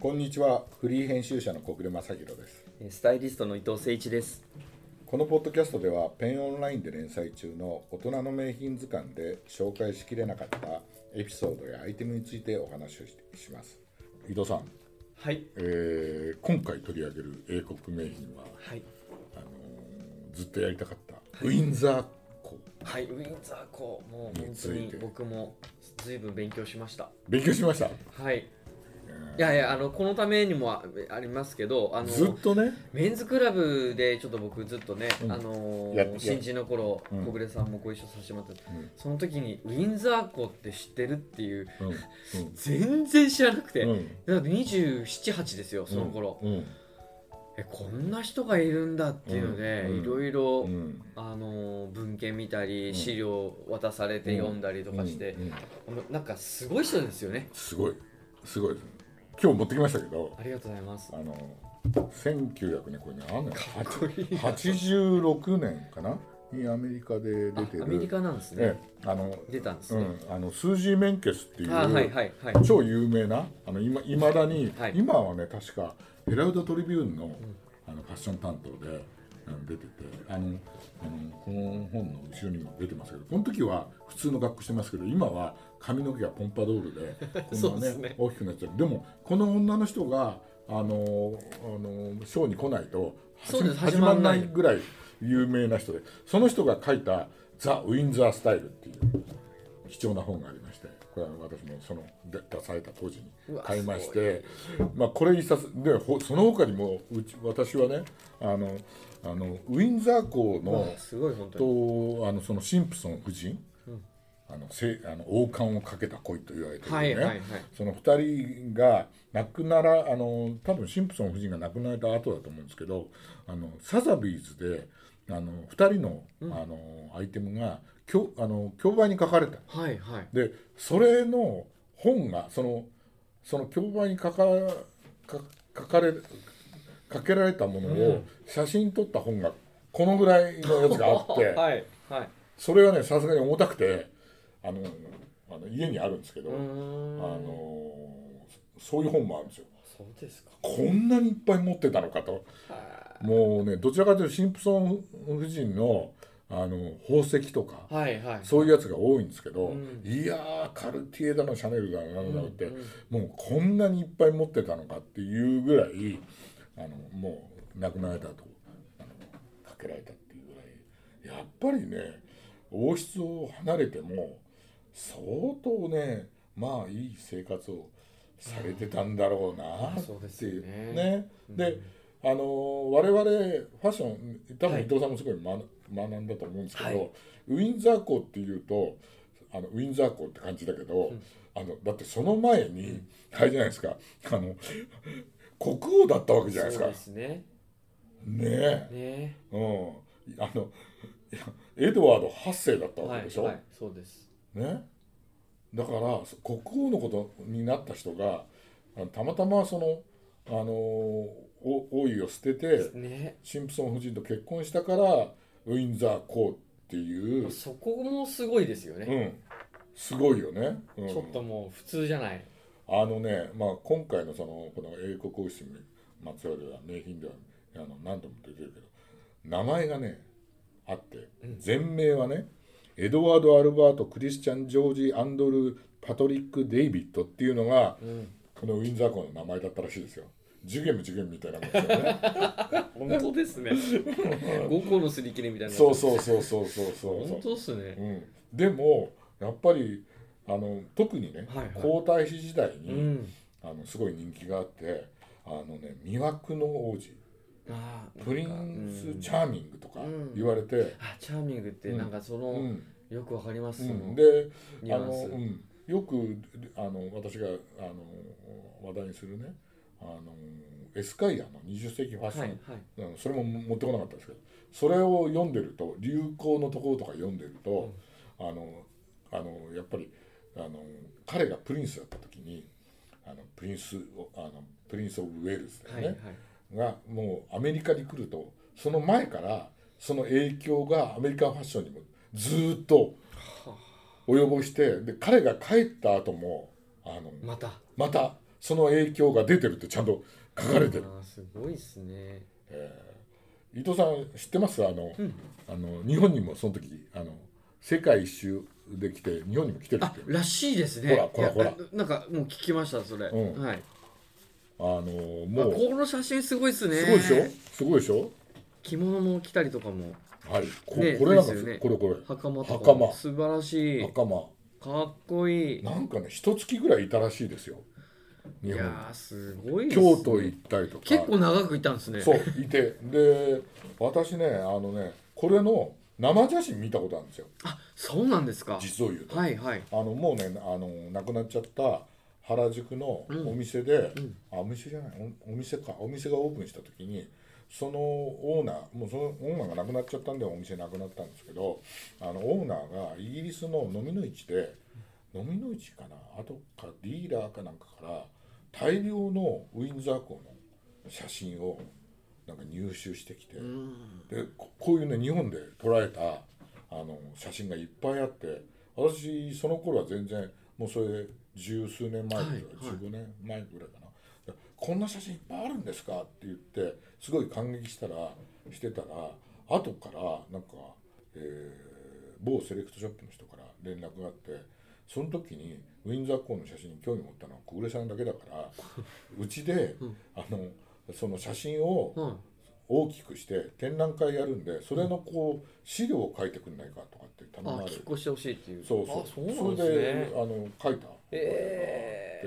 こんにちはフリー編集者の小暮正弘ですスタイリストの伊藤誠一です。このポッドキャストではペンオンラインで連載中の大人の名品図鑑で紹介しきれなかったエピソードやアイテムについてお話をしします伊藤さん、はい。えー今回取り上げる英国名品ははい。あのーずっとやりたかった、ウィンザー校はい、ウィンザー校、もう本当についにて僕もずいぶん勉強しました。勉強しましたはい。いやいや、あの、このためにもあありますけど、あの、ずっとねメンズクラブでちょっと僕ずっとね、うんあのやってー、新人の頃、うん小暮さんもご一緒させてもらった、うんその時にウィンザー校って知ってるっていう、うん全然知らなくて、うんだって27、8ですよ、その頃、うんえ、こんな人がいるんだっていうので、うんいろいろ、うんあのー文献見たりん資料渡されて読んだりとかして、うんうんもうなんかすごい人ですよねすごいすごいですね今日持ってきましたけどありがとうございますあの1900年これねあんのよかっこいい86年かなにアメリカであ出てるアメリカなんですねええあの出たんですうね、ん、あのスージー・メンケスっていう、あはいはいはい超有名なあの今いまだに、はい今はね確かヘラルド・トリビューンの,、あのファッション担当であの出ててあのあのこの本の後ろにも出てますけどこの時は普通の格好してますけど今は髪の毛がポンパドール でこそうんでなすねね大きくなっちゃうでもこの女の人があのあのショーに来ないとそうです始始ままんんなないいぐらい有名な人でその人が書いた「ザ・ウィンザー・スタイル」っていう貴重な本がありましてこれは私もその出出された当時にうわ買いましてまあこれ一冊でほその他にもうち私はねあのあのウィンザー校うのわすごい本当にとあのそのシンプソン夫人、あのせあの王冠をかけた恋と言われてるね、はいはいはいその2人が亡くならあの多分シンプソン夫人が亡くなられた後だと思うんですけどあのサザビーズであの2人の,、あのアイテムがきょあの競売に書かれたはいはいでそれの本がそのその競売に書かか書かれかけられたものを写真撮った本がこのぐらいのやつがあって。 はいはいそれはねさすがに重たくてあのあの家にあるんですけど、うーあんのそういう本もあるんですよそうですかこんなにいっぱい持ってたのかとはもうねどちらかというとシンプソン夫人のあの宝石とかいはいそういうやつが多いんですけど、うんいやーカルティエだのシャネルだのなんだのって、うんうもんうこんなにいっぱい持ってたのかっていうぐらいあのもう亡くなられたとあのかけられたっていうぐらいやっぱりね王室を離れても相当ねまあいい生活をされてたんだろうなあっそうでてすいうよねね。で、あのー我々ファッション多は分い伊藤さんもすごい学学んだと思うんですけど、はいウィンザー校っていうとあのウィンザー校って感じだけど、あのだってその前に、あれじゃないですかあの国王だったわけじゃないですそうか。ですねねえ、ねうん、あのいやエドワード8世だったわはけいでしょ。はいそうですね、だからそ国王のことになった人があのたまたまその、あのーお王位を捨ててねシンプソン夫人と結婚したからウィンザー公っていう、そこもすごいですようね、ん、すごいよね。うん、ちょっともう普通じゃないあのね、まあ、今回のそのこの英国王室にまつわる名品ではあの何度も出てるけど名前がねあって全名はねエドワード・アルバート・クリスチャン・ジョージ・アンドルー・パトリック・デイビッドっていうのが、んこのウィンザー校の名前だったらしいですよ。ジュゲムジュゲムみたいなもんですよ ね。本当です ね五個のすり切れみたいなそうそうそうそうそうそうそう本。当っすねうん、でもやっぱりあの特にね、はいはい皇太子時代に、うんあのすごい人気があってあのね魅惑の王子あープリンス・チャーミングとか言われて、あチャーミングってなんかその、うんよくわかります、うそんのでニュあアの、ンスうん、よくあの私があの話題にするねあのエスカイアの20世紀ファッション、はいはいうんそれも持ってこなかったですけどそれを読んでると流行のところとか読んでると、あのあのやっぱりあの彼がプリンスだった時にあのプリンスをあのプリンス・オブ・ウェールズだよはいね、はいがもうアメリカに来るとその前からその影響がアメリカンファッションにもずーっと及ぼしてで彼が帰った後もあのまたまたその影響が出てるってちゃんと書かれてる、あーすごいですね。伊藤さん知ってますあの,、あの日本にもその時あの世界一周で来て日本にも来てるっあていうらしいですね。ほらほらほらいやなんかもう聞きましたそれ。うんはい。あのあもうこの写真すごいですね。すごいでしょすごいでしょ着物も着たりとかもはいこ,、ねこれなんかですよねこれこれ袴とかも袴素晴らしい。袴かっこいい。なんかね一月ぐらいいたらしいですよい日本にやーすごいです、ね。京都行ったりとか結構長くいたんですね。そういてで私ねあのねこれの生写真見たことあるんですよあそうなんですか。実を言うと、はいはい。あのもうねあの亡くなっちゃった原宿のお店で、あお店じゃないおお店かお店がオープンした時にそのオーナーもうそのオーナーが亡くなっちゃったんでお店なくなったんですけどあのオーナーがイギリスの飲みの市で飲みの市かなあとかディーラーかなんかから大量のウィンザー校の写真をなんか入手してきて。うん。でここういうね日本で捉えたあの写真がいっぱいあって私その頃は全然もうそれ十数年前ぐらい、はいはい15年前ぐらいかなでこんな写真いっぱいあるんですかって言ってすごい感激したらしてたら後からなんか、えー某セレクトショップの人から連絡があってその時にウィンザー校の写真に興味持ったのは小暮さんだけだから うちで、あのその写真をうん。大きくして展覧会やるんでそれのこう資料を書いてくんないかとかって頼あまれ引るっ越してほしいっていう。そうそうあそうなんそれでですね。あの書いたえ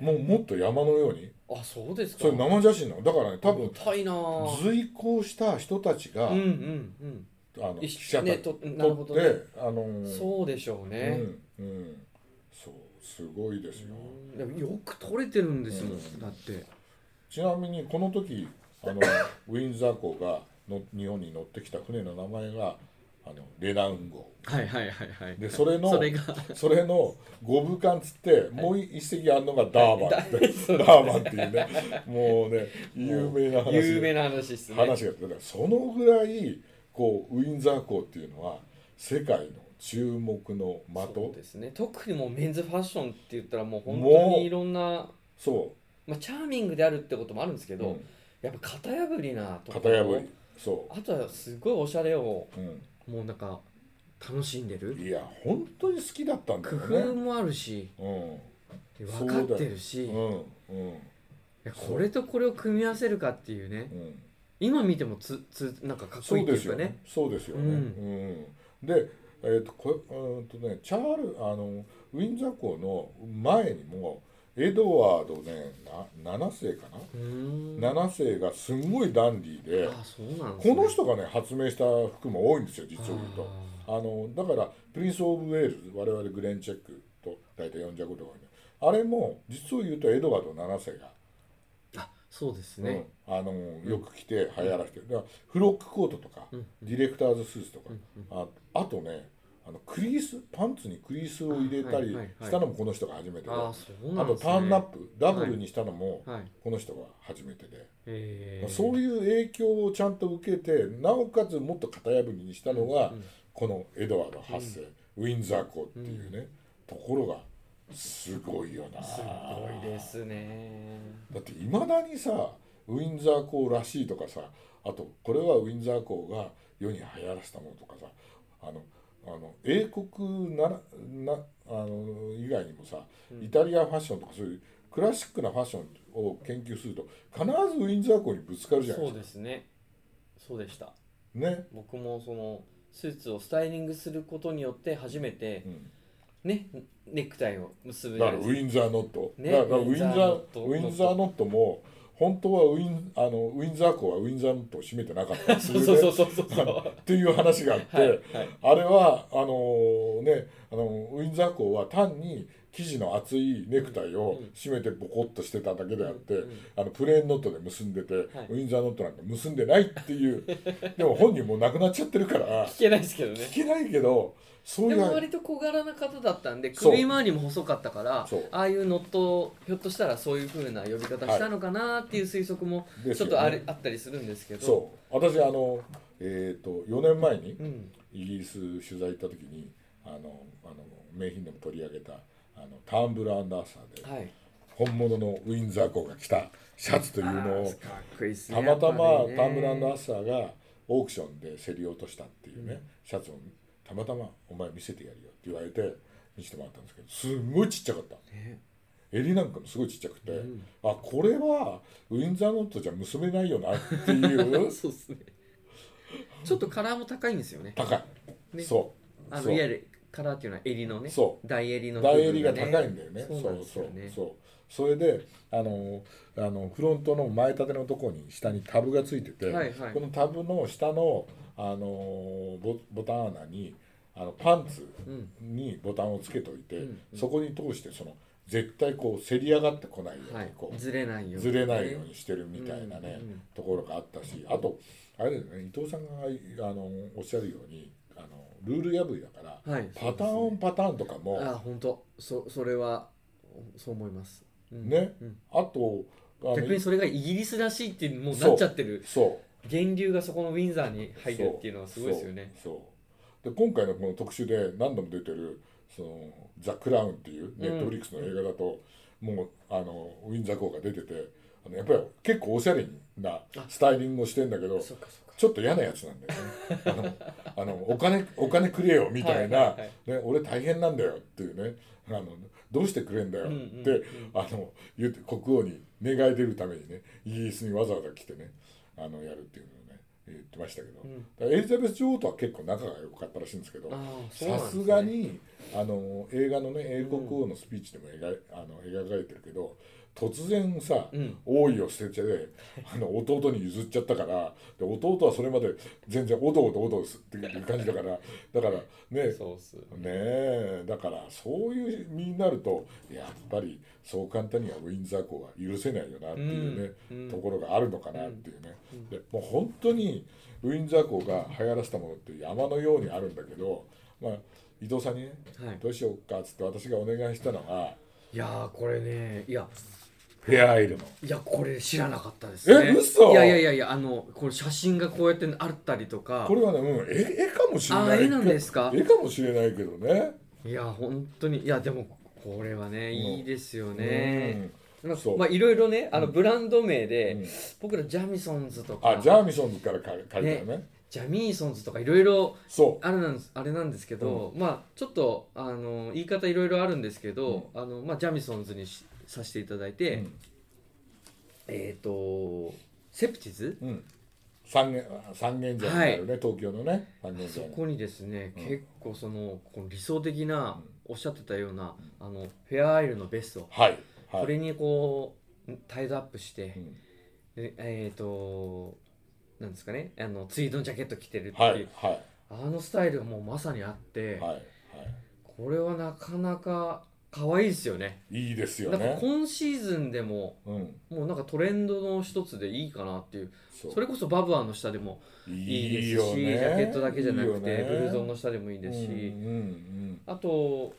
でもうもっと山のようにー。あそうですか。それ生写真なのだからね多分重たいなー。随行した人たちが、うんうんうん。あの記一者緒たねちとなる撮ほって、どね。あのそうでしょうね。うん、うん、そうすごいですよ、でもよく取れてるんですもん、うんだってちなみにこの時あのウィンザー号がの日本に乗ってきた船の名前があのレナウン号はいはいはいはいでそれのそれがそれの五分間つってもう一席あるのがダ ーバンって、そうダーバンっていうねもうね有名な話で有名な話ですね話が出てくるそのぐらいこうウィンザー校っていうのは世界の注目の的そそううですね特にもうメンズファッションって言ったらもう本も当うにいろんな、まあ、チャーミングであるってこともあるんですけど、うんやっぱ型破りなとこ型破りそあとはすごいおしゃれをう、もうなんか楽しんでうん、るいや本当に好きだったんだ工よ夫ねもあるしうん分かってるし、ういんうんやこれとこれを組み合わせるかっていうねうん今見てもつつなんかかっこいいっていうかねそうですよね。そうですよねうんで、えっ、とこれうんとねチャールあのウィンザー校の前にもエドワードねな七世かな、うーん七世がすんごいダンディーで、あそうなんですねこの人がね発明した服も多いんですよ実を言うと。あのだからプリンス・オブ・ウェールズ我々グレン・チェックと大体呼んじゃうことが多いねあれも実を言うとエドワード7世があーあそうですね、うん、あのよく着て流行らせてる、だからフロックコートとか、うんディレクターズスーツとか、うんうんああとねあのクリースパンツにクリースを入れたりはいはいはいしたのもこの人が初めてで、ああそうなあんでとすタねーンナップダブルにしたのもはいこの人が初めてで、えー、そうういう影響をちゃんと受けてなおかつもっと型破りにしたのが、このエドワード8世、ウィンザー校っていうね、ところがすごいよな。すごいですねだっていまだにさウィンザー校らしいとかさあとこれはウィンザー校が世に流行らせたものとかさあのあの英国ならなあの以外にもさイタリアファッションとかそういうクラシックなファッションを研究すると必ずウィンザー校にぶつかるじゃないそですか。うですねそうでしたね、僕もそのスーツをスタイリングすることによって初めてうん、ねネクタイを結ぶだじかゃならいウですかィンザーノット、ねだからウィンザーウウィィンンザザーーノットも本当はウィンあのウィンザー校はウィンザーノットを締めてなかったりす そるうねそうそうそうそうっていう話があって、はいはいあれはあのねあのウィンザー校は単に生地の厚いネクタイを締めてボコッとしてただけであって、うんうんあのプレーンノットで結んでて、いウィンザーノットなんか結んでないっていう でも本人もう亡くなっちゃってるから聞けないですけどね聞けないけどそうでいうも割と小柄な方だったんでそう首周りも細かったからそうああいうノットをひょっとしたらそういう風な呼び方したのかなっていう推測もですよねちょっとあれ、あったりするんですけどそう私あの、えー、と4年前にうん、イギリス取材行った時にあのあの名品でも取り上げたあのターンブル・アンダーサーではい本物のウィンザー校が着たシャツというのをかっこいいっすねたまたまやっぱりねタームランドアッサーがオークションで競り落としたっていうね、シャツをたまたま「お前見せてやるよ」って言われて見せてもらったんですけどすんごいちっちゃかったね襟なんかもすごいちっちゃくて、あこれはウィンザーノットじゃ結べないよなって いうそうっすねちょっとカラーも高いんですよね高い、ねそうあそのういわゆるカラーっていうのは襟のねそう大襟の部分大襟が高いんだよね。そうなんですよねそうそうそうそれであのあのフロントの前立てのとこに下にタブがついてて、はいはいこのタブの下のあのボボタン穴にあのパンツうんにボタンをつけといて、うんうんそこに通してその絶対こうせり上がってこないように、はいこうずれないようにずれないようにしてるみたいなね、うんうんところがあったしあとあれですね伊藤さんがあのおっしゃるようにあのルール破りだから、はいパターンパターンとかもあ本当そそれはそう思います、うんねうんあとあの逆にそれがイギリスらしいってもうなっちゃってるそう源流がそこのウィンザーに入るっていうのはすごいですよねそうそうで今回のこの特集で何度も出てる「そのザ・クラウン」っていうネットフリックスの映画だと、もうあのウィンザー校が出ててあのやっぱり結構おしゃれなスタイリングをしてんだけどそうかそうかちょっと嫌なやつなんだよねあのあのお金お金くれよみたいな、はいはいね、俺大変なんだよっていうねあのどうしてくれんだよって、うんうんうんあの言って国王に願い出るためにねイギリスにわざわざ来てねあのやるっていうのをね言ってましたけど、うんだからエリザベス女王とは結構仲が良かったらしいんですけどあーそうなんさですねすがにあの映画のね英国王のスピーチでも描,、あの描かれてるけど突然さ、うん王位を捨てちゃであの弟に譲っちゃったからで弟はそれまで全然おどおどおどすっていう感じだからだからねそうっすねえだからそういう身になるとやっぱりそう簡単にはウィンザー校は許せないよなっていうね、うんうんところがあるのかなっていうね、でもう本当にウィンザー校が流行らせたものって山のようにあるんだけど、まあ、伊藤さんにね、はいどうしようかっつって私がお願いしたのがいやーこれねいやフェアアイルの。いやこれ知らなかったですねえ嘘いやいやいやいやあのこれ写真がこうやってあったりとかこれはね、うん、絵絵かもしれないあ絵なんですか絵かもしれないけどね。いや本当にいやでもこれはねいいですよね、うんなんかそうまあいろいろねあのブランド名で、うん僕らジャミソンズとかあ、ジャーミソンズから借り借りたよね。ジャミーソンズとかいろいろそう。あれなんですあれなんですけど、まあちょっとあの言い方いろいろあるんですけど、あのまあ、ジャミソンズにしさせていただいて、うんえっ、とセプティズ、うん、三軒三軒茶屋にあるね、東京のね三軒茶そ屋にこにですね、うん結構そのこの理想的な、おっしゃってたようなあのフェアアイルのベスト、はいはいこれにこうタイドアップしてう、んでえっ、となんですかねあのツイードのジャケット着てるって、はいいうはあのスタイルがもうまさにあって、いはいはこれはなかなか可愛いですよね。いいいですよなんかね今シーズンでもうんもうなんかトレンドの一つでいいかなっていうそそれこそバブアーの下でもいいですしよねジャケットだけじゃなくていいよねブルゾンの下でもいいですし、うんうんあと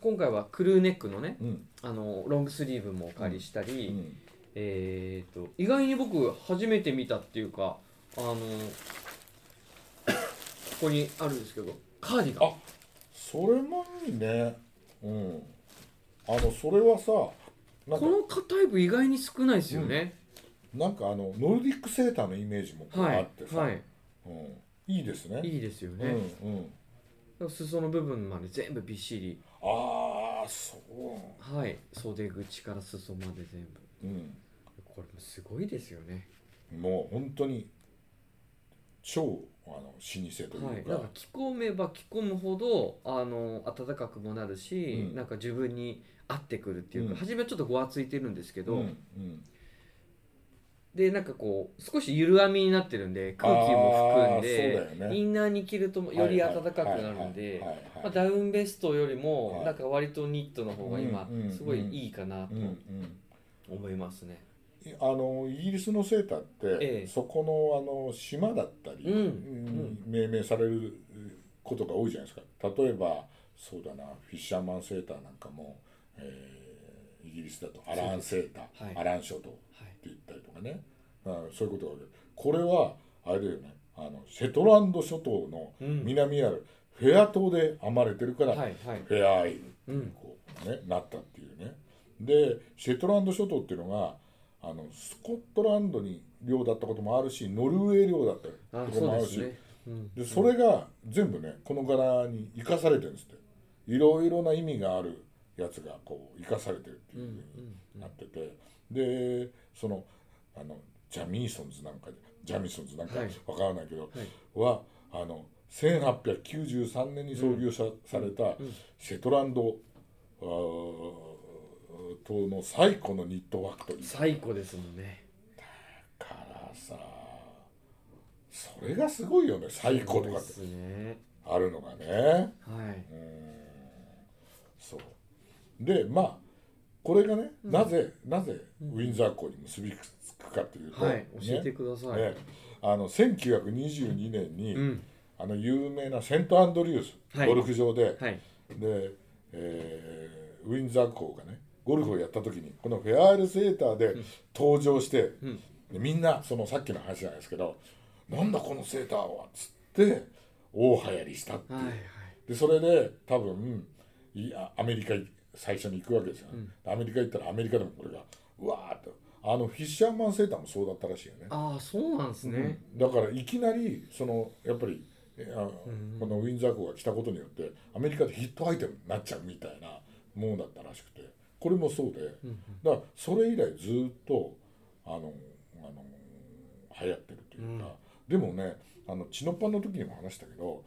今回はクルーネックのねうんうんあのロングスリーブもお借りしたり、うんえー、と意外に僕初めて見たっていうかあの ここにあるんですけどカーディガンあそれもいいねうんあのそれはさなんかこのタイプ意外に少ないですよね、なんかあのノルディックセーターのイメージもこうはあいって、さ、はい、うん、いいですねいいですよね、うんうん裾の部分まで全部びっしりああそうはい袖口から裾まで全う部んこれもすごいですよねもう本当に超あの老舗というか,、はいなんか着込めば着込むほどあの暖かくもなるし、うんなんか自分に合ってくるっていううか、ん初めはちょっとごわついてるんですけうど、んうん、でなんかこう少しゆる編みになってるんで空気も含んあーでそうだよねインナーに着るとより暖かくなるんはいではいはいまはあいダウンベストよりも、はいなんか割とニットの方が今うんうんすごいいいかなとうんうん思いますね、いあのイギリスのセーターって、ええそこのあの島だったり、うんうん命名されることが多いじゃないですか例えばそうだなフィッシャーマンセーターなんかも、えーイギリスだとアランセーター、はいアラン諸島ってはい言ったりとかね、うんそういうことがあるこれはあれだよねあのセトランド諸島のうん南にあるフェア島で編まれてるから、はいはいフェアアイルってうんこう、ねなったっていうねでシェットランド諸島っていうのがあのスコットランドに領だったこともあるしノルウェー領だったあことそうもあでるすしね、うん、でそれが全部ねこの柄に生かされてるんですっていろいろな意味があるやつがこう生かされてるっていうふうになっててでそのあのジャミーソンズなんかジャミソンズなんかはいわからないけどはいはあの1893年に創業さされたシェトランドあー島の最古のニットファクトリー最古ですもんねからさそれがすごいよね最古とそうかでってすねあるのがね。はい、そうでまあこれがね、なぜなぜウィンザー港に結びつくかというと、はいね、教えてください、ねあの1922年に、うんあの有名なセントアンドリュース、はいゴルフ場で、はいで、えーウィンザー港がねゴルフをやった時にこのフェアールセーターで登場して、でみんなそのさっきの話じゃないですけど「なんだこのセーターは」っつって大流行りしたっていう。はいはいでそれで多分いやアメリカい最初に行くわけですよね、アメリカ行ったらアメリカでもこれがうわーっとあのフィッシャーマンセーターもそうだったらしいよねああそうなんですね、だからいきなりそのやっぱりえあこのウィンザー号が来たことによってアメリカでヒットアイテムになっちゃうみたいなものだったらしくてこれもそうでだからそれ以来ずっとあのあの流行ってるというか、でもねあのチノパンの時にも話したけど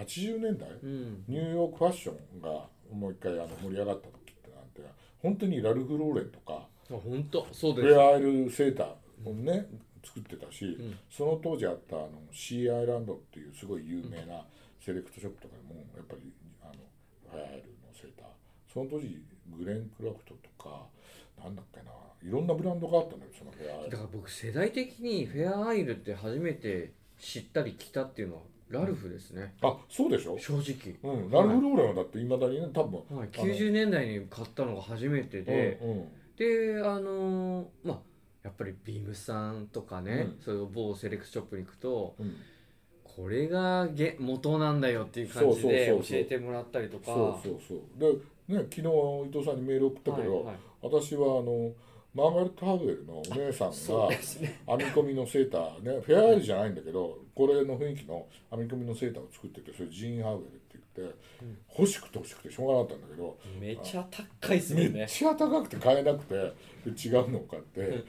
1080年代、うんニューヨークファッションがもう一回あの盛り上がった時ってなんて本当にラルフ・ローレンとかあ本当そうでフすェアアイルセーターをね、作ってたし、その当時あったあのシーアイランドっていうすごい有名なセレクトショップとかでもやっぱりあのフェアアイルのセーターその当時グレン・クラフトとかなんだっけないろんなブランドがあったのよそのフェアアイだルから僕世代的にフェアアイルって初めて知ったり着たっていうのはラルフですね、あそうでしょ、正直、うん、ラルフ・ローレンはだっていまだにね多分、はい、あの90年代に買ったのが初めてで、うんうんであのーまあやっぱりビームさんとかね、うそういう某セレクトショップに行くとうんこれがげ元なんだよっていう感じでそう教そうそうそうえてもらったりとかそうそうそうでね昨日伊藤さんにメール送ったけど、はいはい私はあのマーガレット・ハウェルのお姉さんそがうですね編み込みのセーターねフェアアイルじゃないんだけどこれの雰囲気の編み込みのセーターを作っててそれジーン・ハウェルって言って欲しくて欲しくてしょうがなかったんだけどめちゃ高いですもめんっねちゃ高くて買えなくてで違うのを買って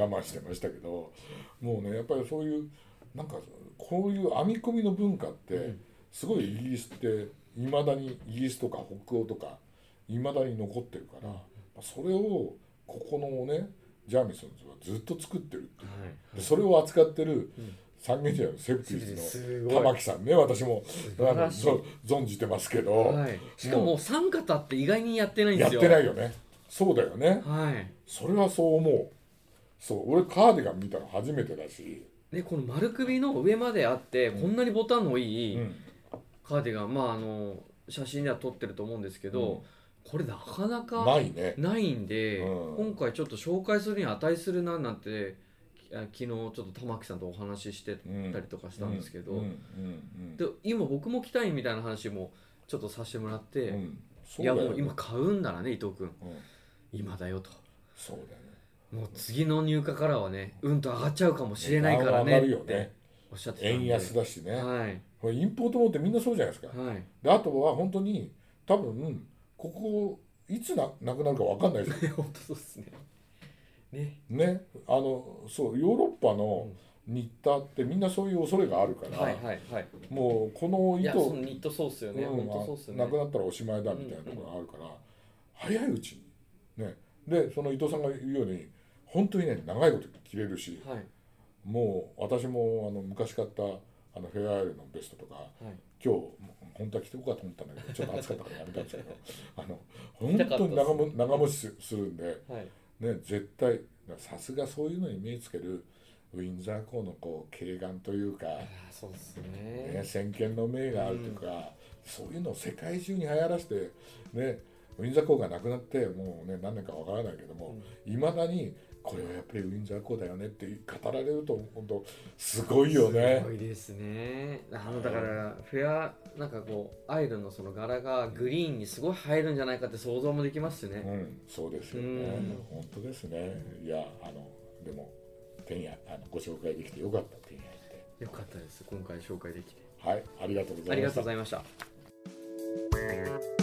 我慢してましたけどもうねやっぱりそういうなんかこういう編み込みの文化ってすごいイギリスっていまだにイギリスとか北欧とかいまだに残ってるからまあそれをここのねジャーミソンズはずっと作ってるっていうはいでそれを扱ってる三軒茶屋のセプティすーズごいの玉木さんね私もあ晴のらしいぞ存じてますけど、はい、しかも三方って意外にやってないんでやっすよてないよねそうだよね、はいそれはそう思うそう俺カーディガン見たの初めてだし、ね、この丸首の上まであって、こんなにボタンのいいうんカーディガン、まああの写真では撮ってると思うんですけど、これなかなかないねないんで、うん今回ちょっと紹介するに値するななんてあ昨日ちょっと玉木さんとお話ししてたりとかしたんですけど、うんうんで今僕も着たいみたいな話もちょっとさせてもらって、うんうんそいうだよやねもう今買うんならね伊藤君うん今だよとそうだよねもう次の入荷からはねうんと上がっちゃうかもしれないか値段らはね上がるよっねておっしゃってたんで円安だしね、はいこれインポートもってみんなそうじゃないですか、はいであとは本当に多分ここいつななくなるかわかんないですよ本当そうですね。ね。ねあのそうヨーロッパのニッターってみんなそういう恐れがあるから、はいはいはい。もうこのいや、糸そのニットそうっすよね。うん本当そうっすよなくね。なったらおしまいだみたいなところがあるから、早いうちにねでその伊藤さんが言うように本当にね長いこと着れるしはいもう私もあの昔買ったあのフェアアイルのベストとかはい。今日本当は着ておこうかと思ったんだけどちょっと暑かったからやめたんですけどあの着たか本当ったっすに長も長持ちすするんで、はい。ね、絶対さすがそういうのに目つけるウィンザー校のこう軽眼というか。ああ、そうっすね、ね。先見の明があるとか、そういうのを世界中に流行らせて、ね、ウィンザー公がなくなってもうね何年かわからないけどもいま、未だにこれはやっぱりウィンザー校だよねって語られると本当すごいよねすごいですね。あのだからフェアなんかこうアイルのその柄がグリーンにすごい入るんじゃないかって想像もできますしうね。んそうですよねうん本当ですねいやあのでもてんやあのご紹介できてよかったてんやってよかったです。今回紹介できて。はいありがとうござあいりまがしとたうございました。